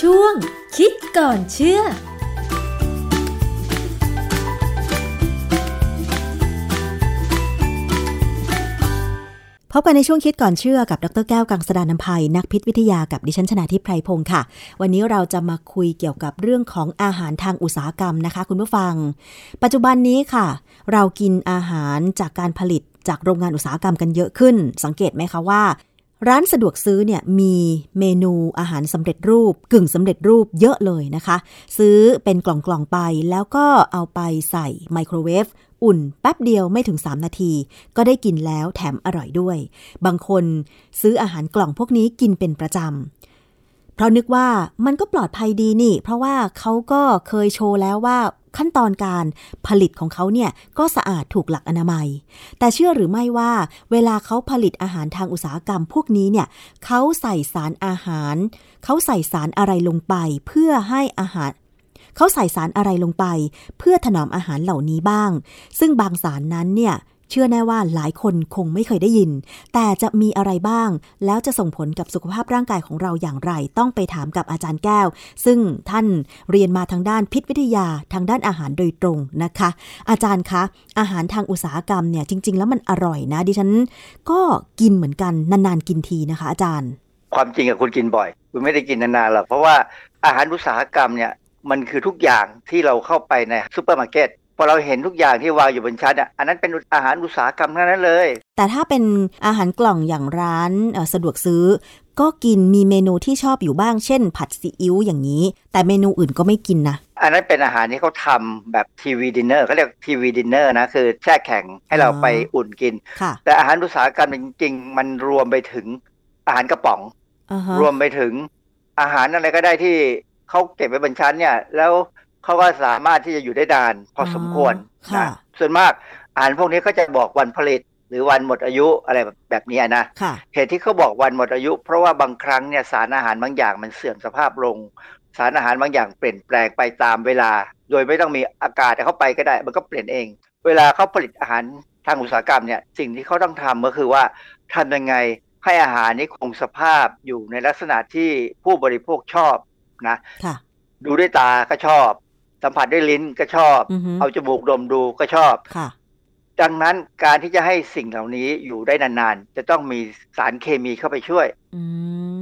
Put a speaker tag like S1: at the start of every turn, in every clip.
S1: ช่วง คิดก่อนเชื่อ
S2: พบกันในช่วงคิดก่อนเชื่อกับดรแก้วกังสดานนภัย นักพิษวิทยากับดิฉันชนาทิพไพรพงศ์ค่ะ วันนี้เราจะมาคุยเกี่ยวกับเรื่องของอาหารทางอุตสาหกรรมนะคะ คุณผู้ฟัง ปัจจุบันนี้ค่ะ เรากินอาหารจากการผลิตจากโรงงานอุตสาหกรรมกันเยอะขึ้น สังเกตไหมคะว่า ร้านสะดวกซื้อเนี่ยมีเมนูอาหารสำเร็จรูป กึ่งสำเร็จรูปเยอะเลยนะคะ ซื้อเป็นกล่องๆไปแล้วก็เอาไปใส่ไมโครเวฟอุ่นแป๊บเดียวไม่ถึง 3 นาที ก็ได้กินแล้วแถมอร่อยด้วย บางคนซื้ออาหารกล่องพวกนี้กินเป็นประจำ เพราะนึกว่ามันก็ปลอดภัยดีนี่ เพราะว่าเขาก็เคยโชว์แล้วว่าขั้นตอนการผลิตของเขาเนี่ยก็สะอาดถูกหลักอนามัย แต่เชื่อหรือไม่ว่าเวลาเขาผลิตอาหารทางอุตสาหกรรมพวกนี้เนี่ยเขาใส่สารอาหาร เขาใส่สารอะไรลงไป เพื่อให้อาหาร เขาใส่สารอะไรลงไป เพื่อถนอมอาหารเหล่านี้บ้าง ซึ่งบางสารนั้นเนี่ย เชื่อแน่ว่าหลายคนคงไม่เคยได้ยิน แต่จะมีอะไรบ้าง แล้วจะส่งผลกับสุขภาพร่างกายของเราอย่างไร ต้องไปถามกับอาจารย์แก้ว ซึ่งท่านเรียนมาทางด้านพิษวิทยาทางด้านอาหารโดยตรงนะคะ อาจารย์คะ อาหารทางอุตสาหกรรมเนี่ยจริง ๆ แล้วมันอร่อยนะ ดิฉัน ก็กินเหมือนกันนานๆกินทีนะคะ อาจารย์
S3: ความจริงอะคุณกินบ่อย คุณไม่ได้กินนานๆหรอกเพราะว่าอาหารอุตสาหกรรมเนี่ยมันคือทุกอย่างที่เราเข้าไปในซูเปอร์มาร์เก็ตพอเราเห็นทุกอย่างที่วางอยู่บนชั้นอะอันนั้นเป็นอาหารอุตสาหกรรมทั้งนั้นเลย
S2: แต่ถ้าเป็นอาหารกล่องอย่างร้านเอ่อสะดวกซื้อ ก็กินมีเมนูที่ชอบอยู่บ้างเช่น ผัดซีอิ๊วอย่างนี้ แต่เมนูอื่นก็ไม่กินนะ
S3: อันนั้นเป็นอาหารที่เขาทำแบบทีวีดินเนอร์เขาเรียกทีวีดินเนอร์นะคือแช่แข็งให้เรา
S2: อ๋อ
S3: ไปอุ่นกิน
S2: ค่ะ
S3: แต่อาหารอุตสาหกรรมจริงๆ มันรวมไปถึงอาหารกระป๋อง
S2: อ่าฮะ
S3: รวมไปถึงอาหารอะไรก็ได้ที่เขาเก็บไว้บนชั้นเนี่ย แล้วเขาก็สามารถที่จะอยู่ได้นานพอสมควร
S2: ค่ะ
S3: นะส่วนมากอาหารพวกนี้ก็จะบอกวันผลิต หรือวันหมดอายุอะไรแบบแบบนี้นะ
S2: ค่ะ
S3: เหตุที่เขาบอกวันหมดอายุ เพราะว่าบางครั้งเนี่ยสารอาหารบางอย่างมันเสื่อมสภาพลง สารอาหารบางอย่างเปลี่ยนแปลงไปตามเวลา โดยไม่ต้องมีอากาศเข้าไปก็ได้ มันก็เปลี่ยนเอง เวลาเขาผลิตอาหารทางอุตสาหกรรมเนี่ยสิ่งที่เขาต้องทำก็คือว่าทำยังไงให้อาหารนี้คงสภาพอยู่ในลักษณะที่ผู้บริโภคชอบนะ
S2: ค่ะ
S3: ดูด้วยตาก็ชอบ สัมผัสด้วยลิ้นก็ชอบ
S2: อือฮึ
S3: เอาจมูกดมดูก็ชอบ
S2: ค่ะ
S3: ดังนั้นการที่จะให้สิ่งเหล่านี้อยู่ได้นานๆ จะต้องมีสารเคมีเข้าไปช่วย
S2: อื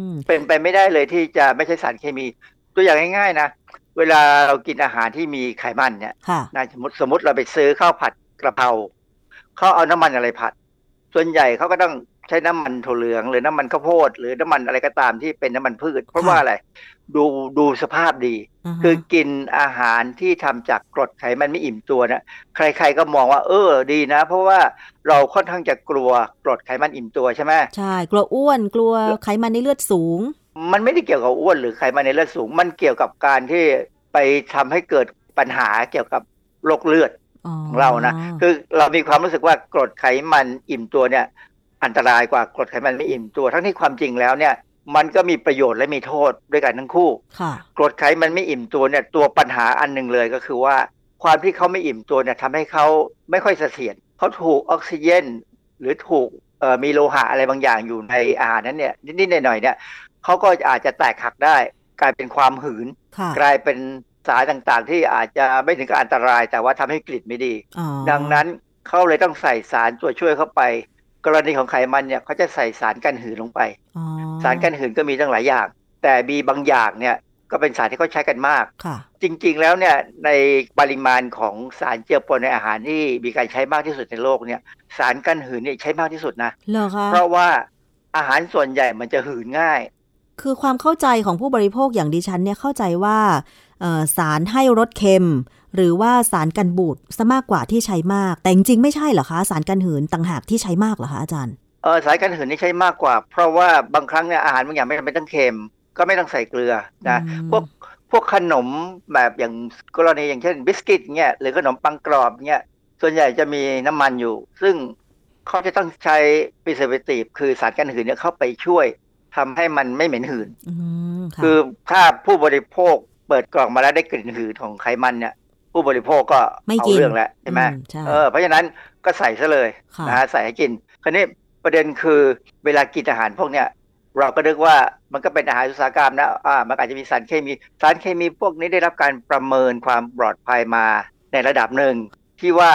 S2: ม
S3: เป็นไปไม่ได้เลยที่จะไม่ใช่สารเคมี ตัวอย่างง่ายๆนะ เวลาเรากินอาหารที่มีไขมันเนี่ย
S2: ค่ะ
S3: นะสมมติสมมติเราไปซื้อข้าวผัดกระเพราเขาเอาน้ำมันอะไรผัด ส่วนใหญ่เขาก็ต้องใช้น้ำมันถั่วเหลือง หรือน้ำมันข้าวโพด หรือน้ำมันอะไรก็ตามที่เป็นน้ำมันพืช เพราะ
S2: ค่ะ
S3: ว่าอะไร ดูดูสภาพดี
S2: าฮะ
S3: คือกินอาหารที่ทำจากกรดไขมันไม่อิ่มตัวนะใครๆก็มองว่า เออดีนะ เพราะว่าเราค่อนข้างจะกลัวกรดไขมันอิ่มตัวใช่ไหม
S2: ใช่ กลัวอ้วน กลัวไขมันในเลือดสูง
S3: มันไม่ได้เกี่ยวกับอ้วนหรือไขมันในเลือดสูง มันเกี่ยวกับการที่ไปทำให้เกิดปัญหาเกี่ยวกับโรคเลือด
S2: อ๋อ
S3: ของเรานะคือเรามีความรู้สึกว่ากรดไขมันอิ่มตัวเนี่ย อันตรายกว่ากรดไขมันไม่อิ่มตัว ทั้งที่ความจริงแล้วเนี่ย มันก็มีประโยชน์และมีโทษด้วยกันทั้งคู่
S2: ค่ะ
S3: กรดไขมันไม่อิ่มตัวเนี่ยตัวปัญหาอันหนึ่งเลยก็คือว่า ความที่เขาไม่อิ่มตัวเนี่ยทำให้เขาไม่ค่อยเสถียรเขาถูกออกซิเจนหรือถูกเอ่อมีโลหะอะไรบางอย่างอยู่ในอาหารนั้นเนี่ยนิดๆหน่อยๆเนี่ยเขาก็อาจจะแตกหักได้ กลายเป็นความหืน
S2: ค่ะ
S3: กลายเป็นสารต่างๆ ที่อาจจะไม่ถึงกับอันตราย แต่ว่าทำให้กลิ่นไม่ดี
S2: อ๋อ
S3: ดังนั้นเขาเลยต้องใส่สารตัวช่วยเข้าไป กรณีของไขมันเนี่ยเขาจะใส่สารกันหืนลงไป
S2: อ๋อ
S3: สารกันหืนก็มีตั้งหลายอย่าง แต่มีบางอย่างเนี่ยก็เป็นสารที่เขาใช้กันมาก
S2: ค่ะ
S3: จริงๆแล้วเนี่ยในปริมาณของสารเจือปนในอาหารที่มีการใช้มากที่สุดในโลกเนี่ยสารกันหืนเนี่ยใช้มากที่สุดนะ
S2: เหรอคะ
S3: เพราะว่าอาหารส่วนใหญ่มันจะหืนง่าย
S2: คือความเข้าใจของผู้บริโภคอย่างดิฉันเนี่ยเข้าใจว่าเอ่อสารให้รสเค็ม หรือว่าสารกันบูดซะมากกว่าที่ใช้มาก แต่จริงๆไม่ใช่เหรอคะ สารกันหืนต่างหากที่ใช้มากเหรอคะอาจารย์
S3: เออสายการหืนนี่ใช้มากกว่า เพราะว่าบางครั้งเนี่ยอาหารบางอย่างไม่จำเป็นต้องเค็มก็ไม่ต้องใส่เกลือนะ
S2: อืม
S3: พวกพวกขนมแบบอย่างกรณีอย่างเช่นบิสกิตเนี่ยหรือขนมปังกรอบเนี่ยส่วนใหญ่จะมีน้ำมันอยู่ ซึ่งเขาจะต้องใช้ preservative คือสารกันหืนเนี่ยเข้าไปช่วยทำให้มันไม่เหม็นหืน
S2: อืมค่ะ
S3: คือถ้าผู้บริโภคเปิดกล่องมาแล้วได้กลิ่นหืนของไขมันเนี่ย ผู้บริโภคก็
S2: ไม่
S3: เอา
S2: กิน
S3: เรื่องแล้วใช่ไหม
S2: อืใช่
S3: เออเพราะฉะนั้นก็ใส่ซะเลย
S2: ค่ะ
S3: นะฮะใส่ให้กิน คราวนี้ประเด็นคือเวลากินอาหารพวกเนี้ย เราก็นึกว่ามันก็เป็นอาหารอุตสาหกรรมนะอ่ามันอาจจะมีสารเคมี สารเคมีพวกนี้ได้รับการประเมินความปลอดภัยมาในระดับหนึ่ง ที่ว่า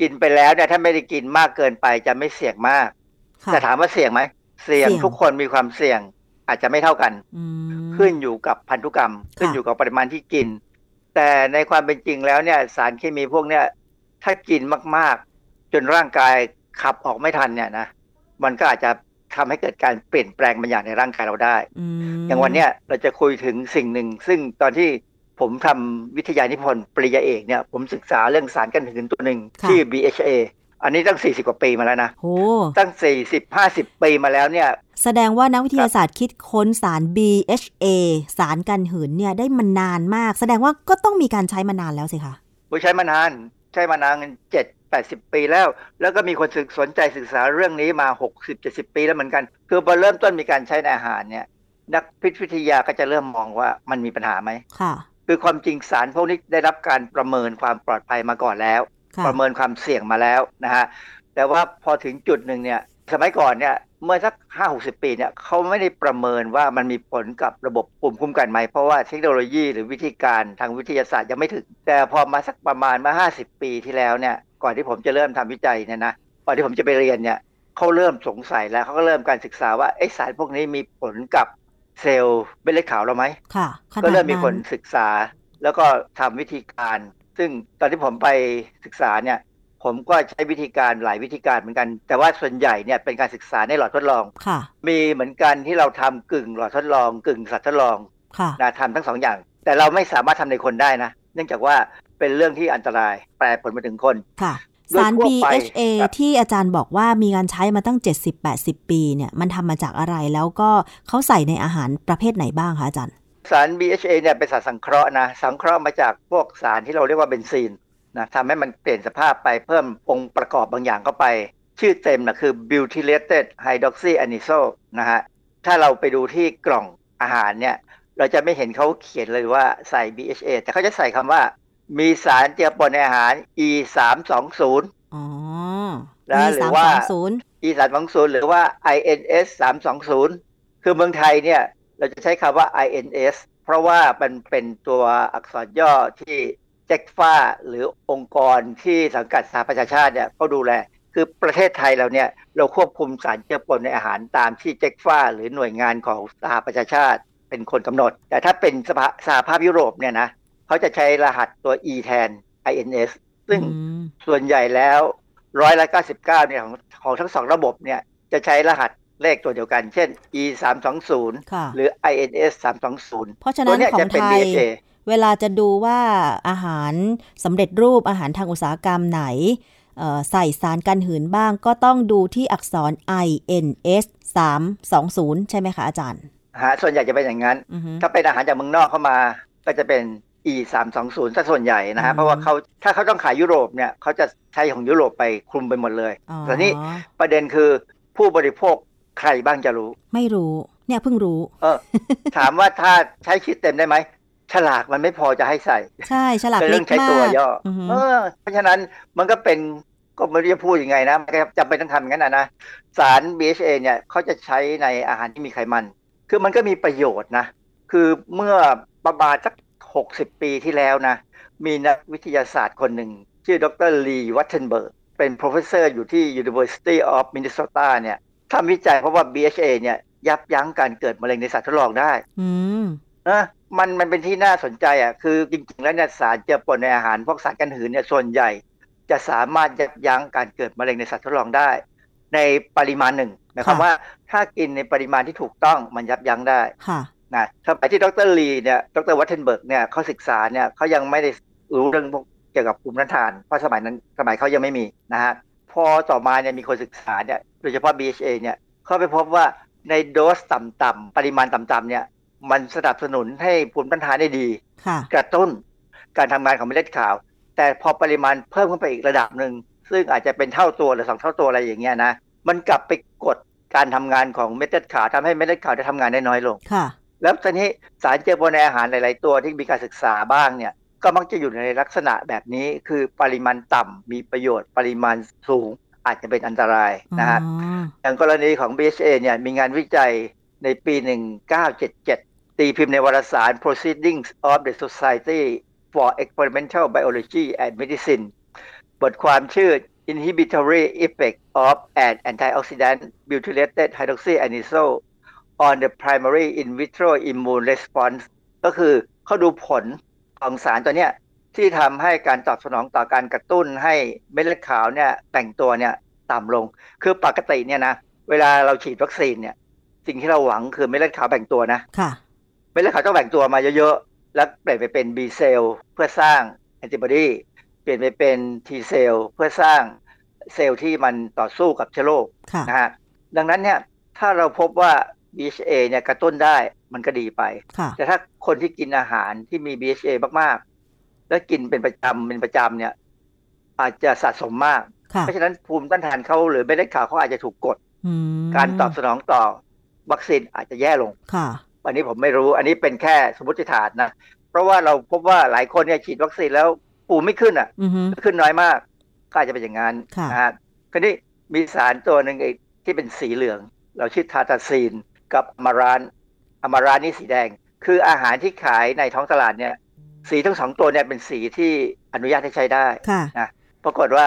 S3: กินไปแล้วเนี่ยถ้าไม่ได้กินมากเกินไปจะไม่เสี่ยงมาก
S2: ค่ะ
S3: แต่ถามว่าเสี่ยงไหม เสี่ยง
S2: เสี่ยง
S3: ทุกคนมีความเสี่ยงอาจจะไม่เท่ากัน
S2: อืม
S3: ขึ้นอยู่กับพันธุกรรม ขึ้นอยู่กับปริมาณที่กิน แต่ในความเป็นจริงแล้วเนี่ยสารเคมีพวกเนี่ยถ้ากินมากๆ จนร่างกายขับออกไม่ทันเนี่ยนะมันก็อาจจะทำให้เกิดการเปลี่ยนแปลงบางอย่างในร่างกายเราได้
S2: ม
S3: อย่างวันเนี้ยเราจะคุยถึงสิ่งหนึ่ง ซึ่งตอนที่ผมทำวิทยานิพนธ์ปริญญาเอกเนี่ยผมศึกษาเรื่องสารกันหืนตัวหนึ่งชื่อ BHA อันนี้ตั้ง 40 กว่าปีมาแล้วนะ
S2: โห
S3: ตั้ง 40 50 ปีมาแล้วเนี่ย
S2: แสดงว่านักวิทยาศาสตร์คิดค้นสาร BHA สารกันหืนเนี่ยได้มานานมาก แสดงว่าก็ต้องมีการใช้มานานแล้วสิคะ
S3: ผมใช้มานานใช้มานานเจ็ดแปดสิบปีแล้ว แล้วก็มีคนศึกสนใจศึกษาเรื่องนี้มาหกสิบเจ็ดสิบปีแล้วเหมือนกัน คือพอเริ่มต้นมีการใช้ในอาหารเนี่ยนักพิษวิทยาก็จะเริ่มมองว่ามันมีปัญหาไหม
S2: ค่ะ
S3: คือความจริงสารพวกนี้ได้รับการประเมินความปลอดภัยมาก่อนแล้ว
S2: ค่ะ
S3: ประเมินความเสี่ยงมาแล้วนะฮะ แต่ว่าพอถึงจุดหนึ่งเนี่ย สมัยก่อนเนี่ย เมื่อสักห้าหกสิบปีเนี่ยเขาไม่ได้ประเมินว่ามันมีผลกับระบบปุ่มคุ้มกันไหม เพราะว่าเทคโนโลยีหรือวิธีการทางวิทยาศาสตร์ยังไม่ถึง แต่พอมาสักประมาณมาห้าสิบปีที่แล้วเนี่ย ก่อนที่ผมจะเริ่มทำวิจัยเนี่ยนะ ก่อนที่ผมจะไปเรียนเนี่ยเขาเริ่มสงสัยแล้วเขาก็เริ่มการศึกษาว่าไอ้สารพวกนี้มีผลกับเซลล์เม็ดเลือดขาวเราไหม
S2: ค่ะข
S3: ก็
S2: นาด
S3: เริ่มมี
S2: นั้
S3: คน
S2: น
S3: ศึกษาแล้วก็ทำวิธีการ ซึ่งตอนที่ผมไปศึกษาเนี่ยผมก็ใช้วิธีการหลายวิธีการเหมือนกัน แต่ว่าส่วนใหญ่เนี่ยเป็นการศึกษาในหลอดทดลอง
S2: ค่ะ
S3: มีเหมือนกันที่เราทำกึ่งหลอดทดลอง กึ่งสัตว์ทดลอง
S2: ค่ะ
S3: นะทำทั้งสองอย่าง แต่เราไม่สามารถทำในคนได้นะ เนื่องจากว่าเป็นเรื่องที่อันตรายแปรผลมาถึงคน
S2: ค่ะ
S3: โดย
S2: สาร
S3: ทั่วไป
S2: BHA ที่อาจารย์บอกว่ามีการใช้มาตั้ง 70-80 ปีเนี่ย มันทำมาจากอะไรแล้วก็เขาใส่ในอาหารประเภทไหนบ้างคะอาจารย์
S3: สาร BHA เนี่ยเป็นสารสังเคราะห์นะสังเคราะห์มาจากพวกสารที่เราเรียกว่าเบนซีนนะทำให้มันเปลี่ยนสภาพไปเพิ่มองค์ประกอบบางอย่างเข้าไป ชื่อเต็มนะคือ butylated hydroxyaniso นะฮะถ้าเราไปดูที่กล่องอาหารเนี่ยเราจะไม่เห็นเขาเขียนเลยว่าใส่ BHA แต่เขาจะใส่คำว่า มีสารเจือปนในอาหาร E 3 2 0
S2: อ๋อ
S3: แล้ว
S2: มี
S3: หรือ
S2: สาม
S3: ว่า
S2: สองศูนย์
S3: E 3 2 0หรือว่า INS 3 2 0คือเมืองไทยเนี่ย เราจะใช้คำว่า INS เพราะว่ามันเป็นตัวอักษรย่อที่เจกฟ้าหรือองค์กรที่สังกัดสหประชาชาติเนี่ยเขาดูแล คือประเทศไทยเราเนี่ย เราควบคุมสารเจือปนในอาหารตามที่เจกฟ้าหรือหน่วยงานของสหประชาชาติเป็นคนกำหนด แต่ถ้าเป็นสภาสหภาพยุโรปเนี่ยนะเขาจะใช้รหัสตัว E แทน INS ซึ่ง
S2: อืม
S3: ส่วนใหญ่แล้วร้อยละ99เนี่ยของของทั้งสองระบบเนี่ยจะใช้รหัสเลขตัวเดียวกัน เช่น e 3 2
S2: ค่ะ
S3: 0หรือ ins 3 2
S2: เพราะฉะ
S3: 0ตั
S2: นั้
S3: วน เนี้ย
S2: ขอ
S3: จะ
S2: ง
S3: เป็น
S2: ไทย
S3: bsa
S2: เวลาจะดูว่าอาหารสำเร็จรูปอาหารทางอุตสาหกรรมไหนเอ่อใส่สารกันหืนบ้างก็ต้องดูที่อักษร INS 320 ใช่ไหมคะอาจารย์
S3: ฮะส่วนใหญ่จะเป็นอย่างนั้น
S2: อือฮึ
S3: ถ้าเป็นอาหารจากเมืองนอกเข้ามาก็จะเป็น e 3 2 0ซะส่วนใหญ่นะ
S2: อืม
S3: ฮะเพราะว่าเขาถ้าเขาต้องขายยุโรปเนี่ยเขาจะใช้ของยุโรปไปคลุมไปหมดเลย
S2: อ๋อ
S3: แต่นี่ ประเด็นคือผู้บริโภคใครบ้างจะรู้
S2: ไม่รู้ เนี่ยเพิ่งรู้
S3: เออ ถามว่าถ้าใช้ชื่อเต็มได้ไหมฉลากมันไม่พอจะให้ใส่
S2: ใช่ฉลาก
S3: เป็น
S2: เล็
S3: เรื่
S2: ก
S3: องใช้
S2: มา
S3: ตัว
S2: ก
S3: ย่ออ
S2: อฮึ
S3: เออเพราะฉะนั้นมันก็เป็นก็ไม่รู้จะพูดยังไงนะมันก็จำเป็นต้องทำอย่างนั้นนะนะสาร BHA เนี่ยเขาจะใช้ในอาหารที่มีไขมัน คือมันก็มีประโยชน์นะ คือเมื่อประมาณสัก 60 ปีที่แล้วนะ มีนักวิทยาศาสตร์คนหนึ่ง ชื่อดรลีวัตเทนเบิร์กเป็น professor อยู่ที่ University of Minnesota เนี่ยทำวิจัยเพราะว่า BHA เนี่ยยับยั้งการเกิดมะเร็งในสัตว์ทดลองได้
S2: อืม
S3: นะมันมันเป็นที่น่าสนใจอ่ะคือจริงๆแล้วเนี่ยสารเจือปนในอาหารพวกสารกันหืนเนี่ยส่วนใหญ่ จะสามารถยับยั้งการเกิดมะเร็งในสัตว์ทดลองได้ ในปริมาณหนึ่งหมายความว่าถ้ากินในปริมาณที่ถูกต้องมันยับยั้งได้
S2: ค่ะ
S3: นะถ้าไปที่ดรลีเนี่ยดรวัตเทนเบิร์กเนี่ยเขาศึกษาเนี่ยเขายังไม่ได้รู้เรื่องพวกเกี่ยวกับภูมิต้านทาน เพราะสมัยนั้นสมัยเขายังไม่มีนะฮะพอต่อมาเนี่ยมีคนศึกษาเนี่ยโดยเฉพาะ BHA เนี่ยเขาไปพบว่าในโดสต่ำๆปริมาณต่ำๆเนี่ยมันสนับสนุนให้ภูมิต้านทานได้ดี
S2: ค่ะ
S3: กระตุ้นการทำงานของเม็ดเลือดขาว แต่พอปริมาณเพิ่มขึ้นไปอีกระดับหนึ่ง ซึ่งอาจจะเป็นเท่าตัวหรือสองเท่าตัวอะไรอย่างเงี้ยนะ มันกลับไปกดการทำงานของเม็ดเลือดขาวทำให้เม็ดเลือดขาวได้ทำงานได้น้อยลง
S2: ค่ะ
S3: แล้วตอนนี้สารเจือปนในอาหารหลาย ๆ ตัวที่มีการศึกษาบ้างเนี่ย ก็มักจะอยู่ในลักษณะแบบนี้ คือปริมาณต่ำมีประโยชน์ ปริมาณสูงอาจจะเป็นอันตรายนะฮะ
S2: อ๋อ
S3: อย่างกรณีของ BHA เนี่ยมีงานวิจัย ในปี 1977 ตีพิมพ์ในวารสาร Proceedings of the Society for Experimental Biology and Medicine บทความชื่อ Inhibitory Effect of an Antioxidant Butylated Hydroxyanisole on the Primary In Vitro Immune Response ก็คือเขาดูผลของสารตัวเนี้ยที่ทำให้การตอบสนองต่อการกระตุ้นให้เม็ดเลือดขาวเนี่ยแต่งตัวเนี่ยต่ำลง คือปกติเนี่ยนะเวลาเราฉีดวัคซีนเนี่ยสิ่งที่เราหวังคือเม็ดเลือดขาวแบ่งตัวนะ
S2: ค่ะ
S3: เม็ดเลือดขาวต้องแบ่งตัวมาเยอะๆ แล้วเปลี่ยนไปเป็น B เซลล์เพื่อสร้างแอนติบอดีเปลี่ยนไปเป็น T เซลล์เพื่อสร้างเซลล์ที่มันต่อสู้กับเชื้อโรค
S2: ค่ะ
S3: นะฮะดังนั้นเนี่ยถ้าเราพบว่า BHA เนี่ยกระตุ้นได้มันก็ดีไป
S2: ค่ะ
S3: แต่ถ้าคนที่กินอาหารที่มี BHA มากๆ แล้วกินเป็นประจำเป็นประจำเนี่ยอาจจะสะสมมาก
S2: ค่ะ
S3: เพราะฉะนั้นภูมิต้านทานเขาหรือเม็ดเลือดขาวเขาอาจจะถูกกด
S2: อืม
S3: การตอบสนองต่อวัคซีนอาจจะแย่ลง
S2: ค่ะ
S3: อันนี้ผมไม่รู้ อันนี้เป็นแค่สมมติฐานนะ เพราะว่าเราพบว่าหลายคนเนี่ยฉีดวัคซีนแล้วปูมิไม่ขึ้นอ่ะ
S2: อือฮึ
S3: ขึ้นน้อยมาก ก็อาจจะเป็นอย่างนั้น
S2: ค่ะ
S3: นะฮะคราวนี้มีสารตัวหนึ่งอีกที่เป็นสีเหลือง เราชื่อทาตาซีนกับอมารานอมารานนี่สีแดง คืออาหารที่ขายในท้องตลาดเนี่ย สีทั้งสองตัวเนี่ยเป็นสีที่อนุญาตให้ใช้ได้
S2: ค่ะ
S3: ปรากฏว่า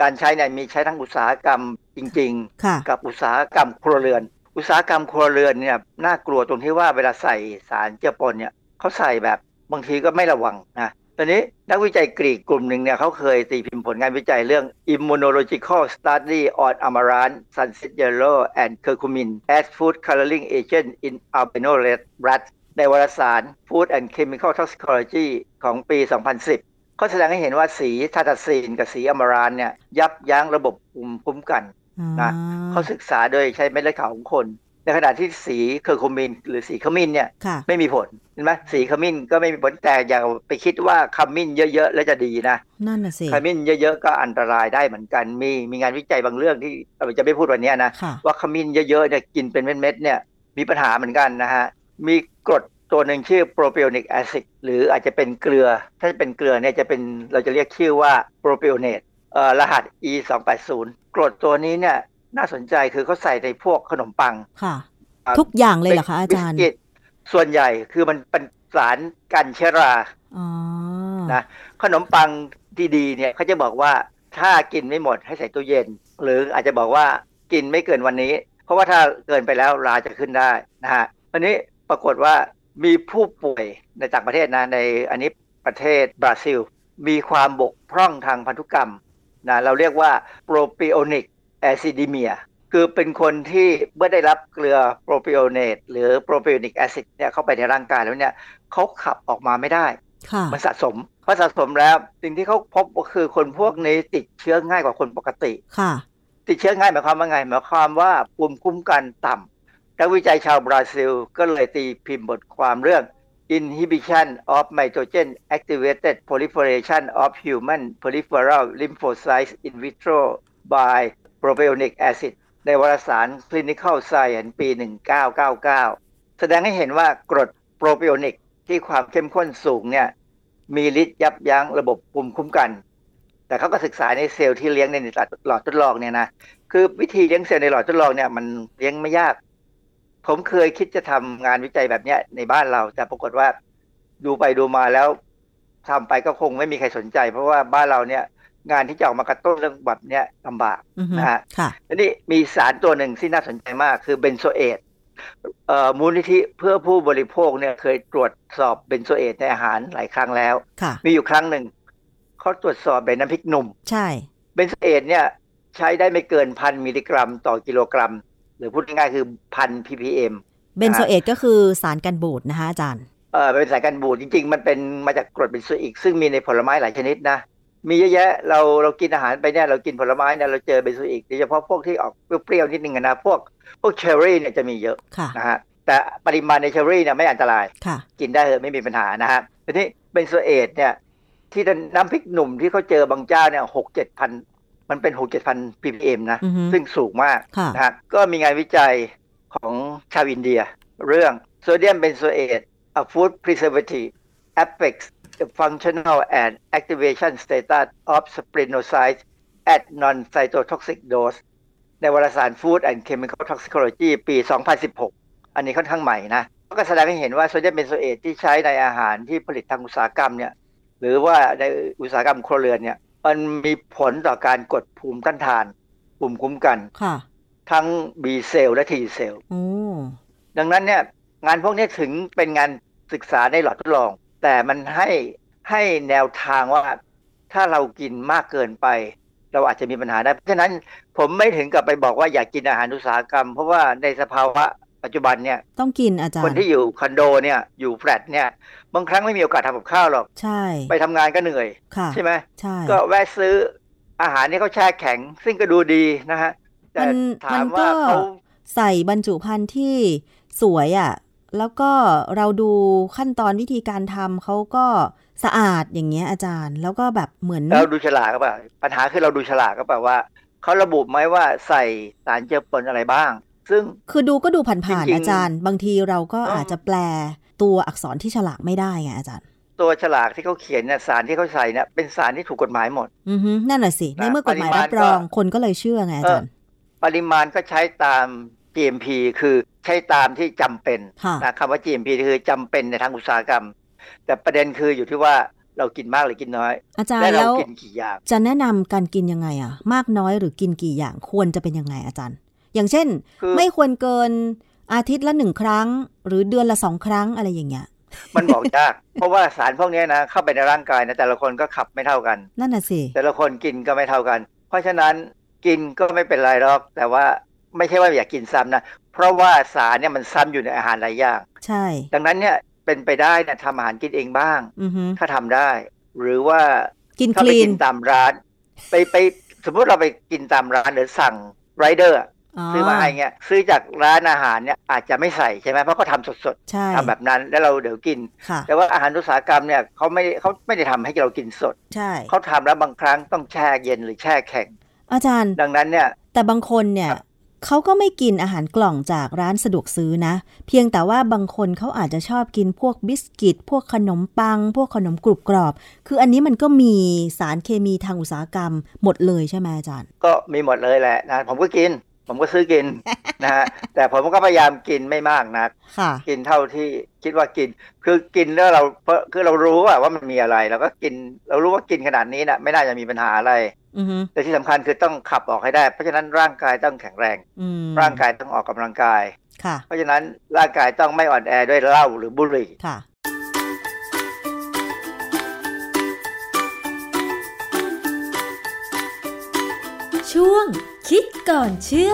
S3: การใช้เนี่ยมีใช้ทั้งอุตสาหกรรมจริง ๆ
S2: ค่ะ
S3: กับอุตสาหกรรมครัวเรือน อุตสาหกรรมครัวเรือนเนี่ยน่ากลัวตรงที่ว่าเวลาใส่สารเจือปนเนี่ยเขาใส่แบบบางทีก็ไม่ระวังนะตอนนี้นักวิจัยกรีกกลุ่มหนึ่งเนี่ยเขาเคยตีพิมพ์ผลงานวิจัยเรื่อง Immunological Study on Amaranth, Sunset Yellow and Curcumin as Food Coloring Agent in Albino Red Rats ในวารสาร Food and Chemical Toxicology ของปี 2010 เขาแสดงให้เห็นว่าสีทาตาซีนกับสีอมารานเนี่ยยับยั้งระบบภูมิคุ้มกัน นะ เขาศึกษาโดยใช้เม็ดเลือดขาวของคน ในขณะที่สีเคอร์คูมินหรือสีขมิ้นเนี่ย
S2: ค่ะ
S3: ไม่มีผลเห็นไหมสีขมิ้นก็ไม่มีผลแต่อย่าไปคิดว่าขมิ้นเยอะๆ แล้วจะดีนะ
S2: นั่นน่ะสิ
S3: ขมิ้นเยอะๆ ก็อันตรายได้เหมือนกัน มีมีงานวิจัยบางเรื่องที่เราจะไม่พูดวันเนี้ยนะ
S2: ค่ะ
S3: ว่าขมิ้นเยอะๆเนี่ยกินเป็นเม็ดๆเนี่ยมีปัญหาเหมือนกันนะฮะ มีกรดตัวหนึ่งชื่อโปรเ i โอนิกแอซิดหรืออาจจะเป็นเกลือ ถ้าเป็นเกลือเนี่ยจะเป็นเราจะเรียกชื่อว่าโปรเ i โอเนตเอ่อรหัส e 2 8 0กรดตัวนี้เนี่ยน่าสนใจคือเขาใส่ในพวกขนมปัง
S2: ค่ะ
S3: อ่ะ
S2: ทุกอย่างเลยเหรอคะอาจารย์
S3: บิสกิตส่วนใหญ่คือมันเป็นสารกันเชื้อรา
S2: อ๋อ
S3: นะ ขนมปังที่ดีเนี่ยเขาจะบอกว่าถ้ากินไม่หมดให้ใส่ตู้เย็น หรืออาจจะบอกว่ากินไม่เกินวันนี้ เพราะว่าถ้าเกินไปแล้วราจะขึ้นได้นะฮะอันนี้ปรากฏว่ามีผู้ป่วยในต่างประเทศนะในอันนี้ประเทศบราซิล มีความบกพร่องทางพันธุกรรมนะเราเรียกว่า propionic acidemia คือเป็นคนที่เมื่อได้รับเกลือโปรพิโอเนตหรือ propionic acid เนี่ยเข้าไปในร่างกายแล้วเนี่ยเขาขับออกมาไม่ได้
S2: ค่ะ
S3: มันสะสมพอสะสมแล้วสิ่งที่เขาพบก็คือคนพวกนี้ติดเชื้อง่ายกว่าคนปกติ
S2: ค่ะ
S3: ติดเชื้อง่ายหมายความว่าไงหมายความว่าภูมิคุ้มกันต่ำนักวิจัยชาวบราซิลก็เลยตีพิมพ์บทความเรื่อง Inhibition of Mitogen Activated Proliferation of Human Peripheral Lymphocytes in Vitro by Propionic Acid ในวารสาร Clinical Science ปี 1999 แสดงให้เห็นว่ากรดโปร p ิโอนิกที่ความเข้มข้นสูงเนี่ยมีฤทธิ์ยับยั้งระบบภูมิคุ้มกัน แต่เขาก็ศึกษาในเซลล์ที่เลี้ยงในหลอดทดลองเนี่ยนะ คือวิธีเลี้ยงเซลล์ในหลอดทดลองเนี่ยมันเลี้ยงไม่ยาก ผมเคยคิดจะทำงานวิจัยแบบเนี้ยในบ้านเรา แต่ปรากฏว่าดูไปดูมาแล้วทำไปก็คงไม่มีใครสนใจ เพราะว่าบ้านเราเนี่ย งานที่จะออกมากระตุ้นเรื่องแบบเนี้ยลำบาก
S2: อือฮึ
S3: นะฮะ
S2: ค่ะ
S3: อันนี้มีสารตัวหนึ่งที่น่าสนใจมากคือเบนโซเอตเอ่อมูลนิธิเพื่อผู้บริโภคเนี่ยเคยตรวจสอบเบนโซเอตในอาหารหลายครั้งแล้ว
S2: ค่ะ
S3: มีอยู่ครั้งหนึ่งเขาตรวจสอบในน้ำพริกหนุ่ม
S2: ใช่
S3: เบนโซเอตเนี่ยใช้ได้ไม่เกินพันมิลลิกรัมต่อกิโลกรัม หรือพูดง่ายๆคือพัน ppm
S2: เบนโซเอตก็คือสารกันบูดนะคะอาจารย์
S3: เออเป็นสารกันบูดจริง ๆ มันเป็นมาจากกรดเบนโซอิกซึ่งมีในผลไม้หลายชนิดนะ มีเยอะแยะเราเรากินอาหารไปเนี่ยเรากินผลไม้เนี่ยเราเจอเบนโซอิกโดยเฉพาะพวกที่ออกเปรี้ยวๆนิดนึงอะนะพวกพวกเชอร์รี่เนี่ยจะมีเยอะ
S2: ค่ะ
S3: นะฮะแต่ปริมาณในเชอร์รี่เนี่ยไม่อันตราย
S2: ค่ะ
S3: กินได้เถอะไม่มีปัญหานะฮะทีนี้เบนโซเอตเนี่ย ที่น้ำพริกหนุ่มที่เขาเจอบางเจ้าเนี่ยหกเจ็ดพันมันเป็นหกเจ็ดพัน ppm นะ
S2: อือฮึ
S3: ซึ่งสูงมาก
S2: ค่ะ
S3: นะฮะก็มีงานวิจัยของชาวอินเดีย เรื่องโซเดียมเบนโซเอต a food preservative affects the functional and activation status of splenocytes at non-cytotoxic dose ในวารสาร Food and Chemical Toxicology ปี 2016 อันนี้ค่อนข้างใหม่นะก็แสดงให้เห็นว่าโซเดียมเบนโซเอตที่ใช้ในอาหารที่ผลิตทางอุตสาหกรรมเนี่ยหรือว่าในอุตสาหกรรมครัวเรือนเนี่ยมันมีผลต่อการกดภูมิต้านทาน ภูมิคุ้มกัน
S2: ค่ะ
S3: ทั้ง B เซลล์และ T เซลล์
S2: โอ้
S3: ดังนั้นเนี่ยงานพวกนี้ถึงเป็นงานศึกษาในหลอดทดลอง แต่มันให้ให้แนวทางว่าถ้าเรากินมากเกินไป เราอาจจะมีปัญหาได้ เพราะฉะนั้นผมไม่ถึงกับไปบอกว่าอยากกินอาหารอุตสาหกรรม เพราะว่าในสภาวะปัจจุบันเนี่ย
S2: ต้องกินอาจาร
S3: คน
S2: ย์
S3: ที่อยู่คอนโดเนี่ยอยู่แฟลตเนี่ยบางครั้งไม่มีโอกาสทำกับข้าวหรอก
S2: ใช่
S3: ไปทำงานก็เหนื่อย
S2: ค่ะ
S3: ใช่ไหม
S2: ใช่
S3: ก็แวะซื้ออาหารที่เขาแช่แข็ง ซึ่งก็ดูดีนะฮะแต่
S2: มัน
S3: ถา
S2: มัน
S3: ม
S2: ก็
S3: ว่าเขา
S2: ใส่บรรจุภัณฑ์ที่สวยอะ่ะแล้วก็เราดูขั้นตอนวิธีการทำเขาก็สะอาดอย่างเงี้ยอาจารย์ แล้วก็แบบเหมือน
S3: เราดูฉลากก็แบบปัญหาคือเราดูฉลากก็แบบว่าเขาระบุไหมว่าใส่สารเจือปนอะไรบ้าง ซึ่ง
S2: คือดูก็ดูผ่าน
S3: จริ
S2: ๆ
S3: งๆ
S2: อาจารย์ บางทีเราก็
S3: ต้อง
S2: อาจจะแปลตัวอักษรที่ฉลากไม่ได้ไงอาจารย์
S3: ตัวฉลากที่เขาเขียนเนี่ยสารที่เขาใส่เนี่ยเป็นสารที่ถูกกฎหมายหมด
S2: อือฮึนั่นแหละสิ ในเมื่อกฎหมายรับรอง
S3: ปริมาณก็
S2: คนก็เลยเชื่อไงอาจารย์
S3: ปริมาณก็ใช้ตาม GMP คือใช้ตามที่จำเป็น
S2: ค่ะ
S3: นะคำว่า GMP คือจำเป็นในทางอุตสาหกรรม แต่ประเด็นคืออยู่ที่ว่าเรากินมากหรือกินน้อย
S2: อาจาร
S3: และ
S2: ย์
S3: เรา
S2: แล้ว
S3: กินกี่อย่าง
S2: จะแนะนำการกินยังไงอ่ะ มากน้อยหรือกินกี่อย่างควรจะเป็นยังไงอาจารย์ อย่างเช่น
S3: คือ
S2: ไม่ควรเกินอาทิตย์ละหนึ่งครั้ง หรือเดือนละสองครั้งอะไรอย่างเงี้ย
S3: มันบอกยาก เพราะว่าสารพวกเนี้ยนะเข้าไปในร่างกายนะแต่ละคนก็ขับไม่เท่ากัน
S2: นั่นน่ะสิ
S3: แต่ละคนกินก็ไม่เท่ากัน เพราะฉะนั้นกินก็ไม่เป็นไรหรอก แต่ว่าไม่ใช่ว่าอยากกินซ้ำนะ เพราะว่าสารเนี่ยมันซ้ำอยู่ในอาหารหลายอย่าง
S2: ใช่
S3: ดังนั้นเนี่ยเป็นไปได้เนี่ยทำอาหารกินเองบ้าง
S2: อือฮึ
S3: ถ้าทำได้ หรือว่า
S2: กิน
S3: ถ้า
S2: ค
S3: ไป
S2: ลี
S3: กิ
S2: น
S3: นตามร้าน ไปไปสมมติเราไปกินตามร้านหรือสั่งไรเดอร์ซื้อมาให้เงี้ยซื้อจากร้านอาหารเนี่ยอาจจะไม่ใส่ใช่ไหมเพราะเขาทำสด
S2: ใช่
S3: ๆทำแบบนั้นแล้วเราเดี๋ยวกิน
S2: ค่ะ
S3: แต่ว่าอาหารอุตสาหกรรมเนี่ยเขาไม่เขาไม่ได้ทำให้เรากินสด
S2: ใช่
S3: เขาทำแล้วบางครั้งต้องแช่เย็นหรือแช่แข็ง
S2: อาจารย์
S3: ดังนั้นเนี่ย
S2: แต่บางคนเนี่ย
S3: ครับ
S2: เขาก็ไม่กินอาหารกล่องจากร้านสะดวกซื้อนะ เพียงแต่ว่าบางคนเขาอาจจะชอบกินพวกบิสกิต พวกขนมปัง พวกขนมกรุบกรอบ คืออันนี้มันก็มีสารเคมีทางอุตสาหกรรมหมดเลยใช่ไหมอาจารย์
S3: ก็มีหมดเลยแหละนะผมก็กิน ผมก็ซื้อกิน นะฮะแต่ผมก็พยายามกินไม่มากนะ
S2: ค่ะ
S3: กินเท่าที่คิดว่ากิน คือกินแล้วเราเพราะคือเรารู้ว่าว่ามันมีอะไรเราก็กินเรารู้ว่ากินขนาดนี้นะไม่น่าจะมีปัญหาอะไร
S2: อือฮึ
S3: แต่ที่สำคัญคือต้องขับออกให้ได้ เพราะฉะนั้นร่างกายต้องแข็งแรง
S2: อืม
S3: ร่างกายต้องออกกำลังกาย
S2: ค่ะ
S3: เพราะฉะนั้นร่างกายต้องไม่อ่อนแอด้วยเหล้าหรือบุหรี่
S2: ค่ะ
S1: ช่วงคิดก่อนเชื่อ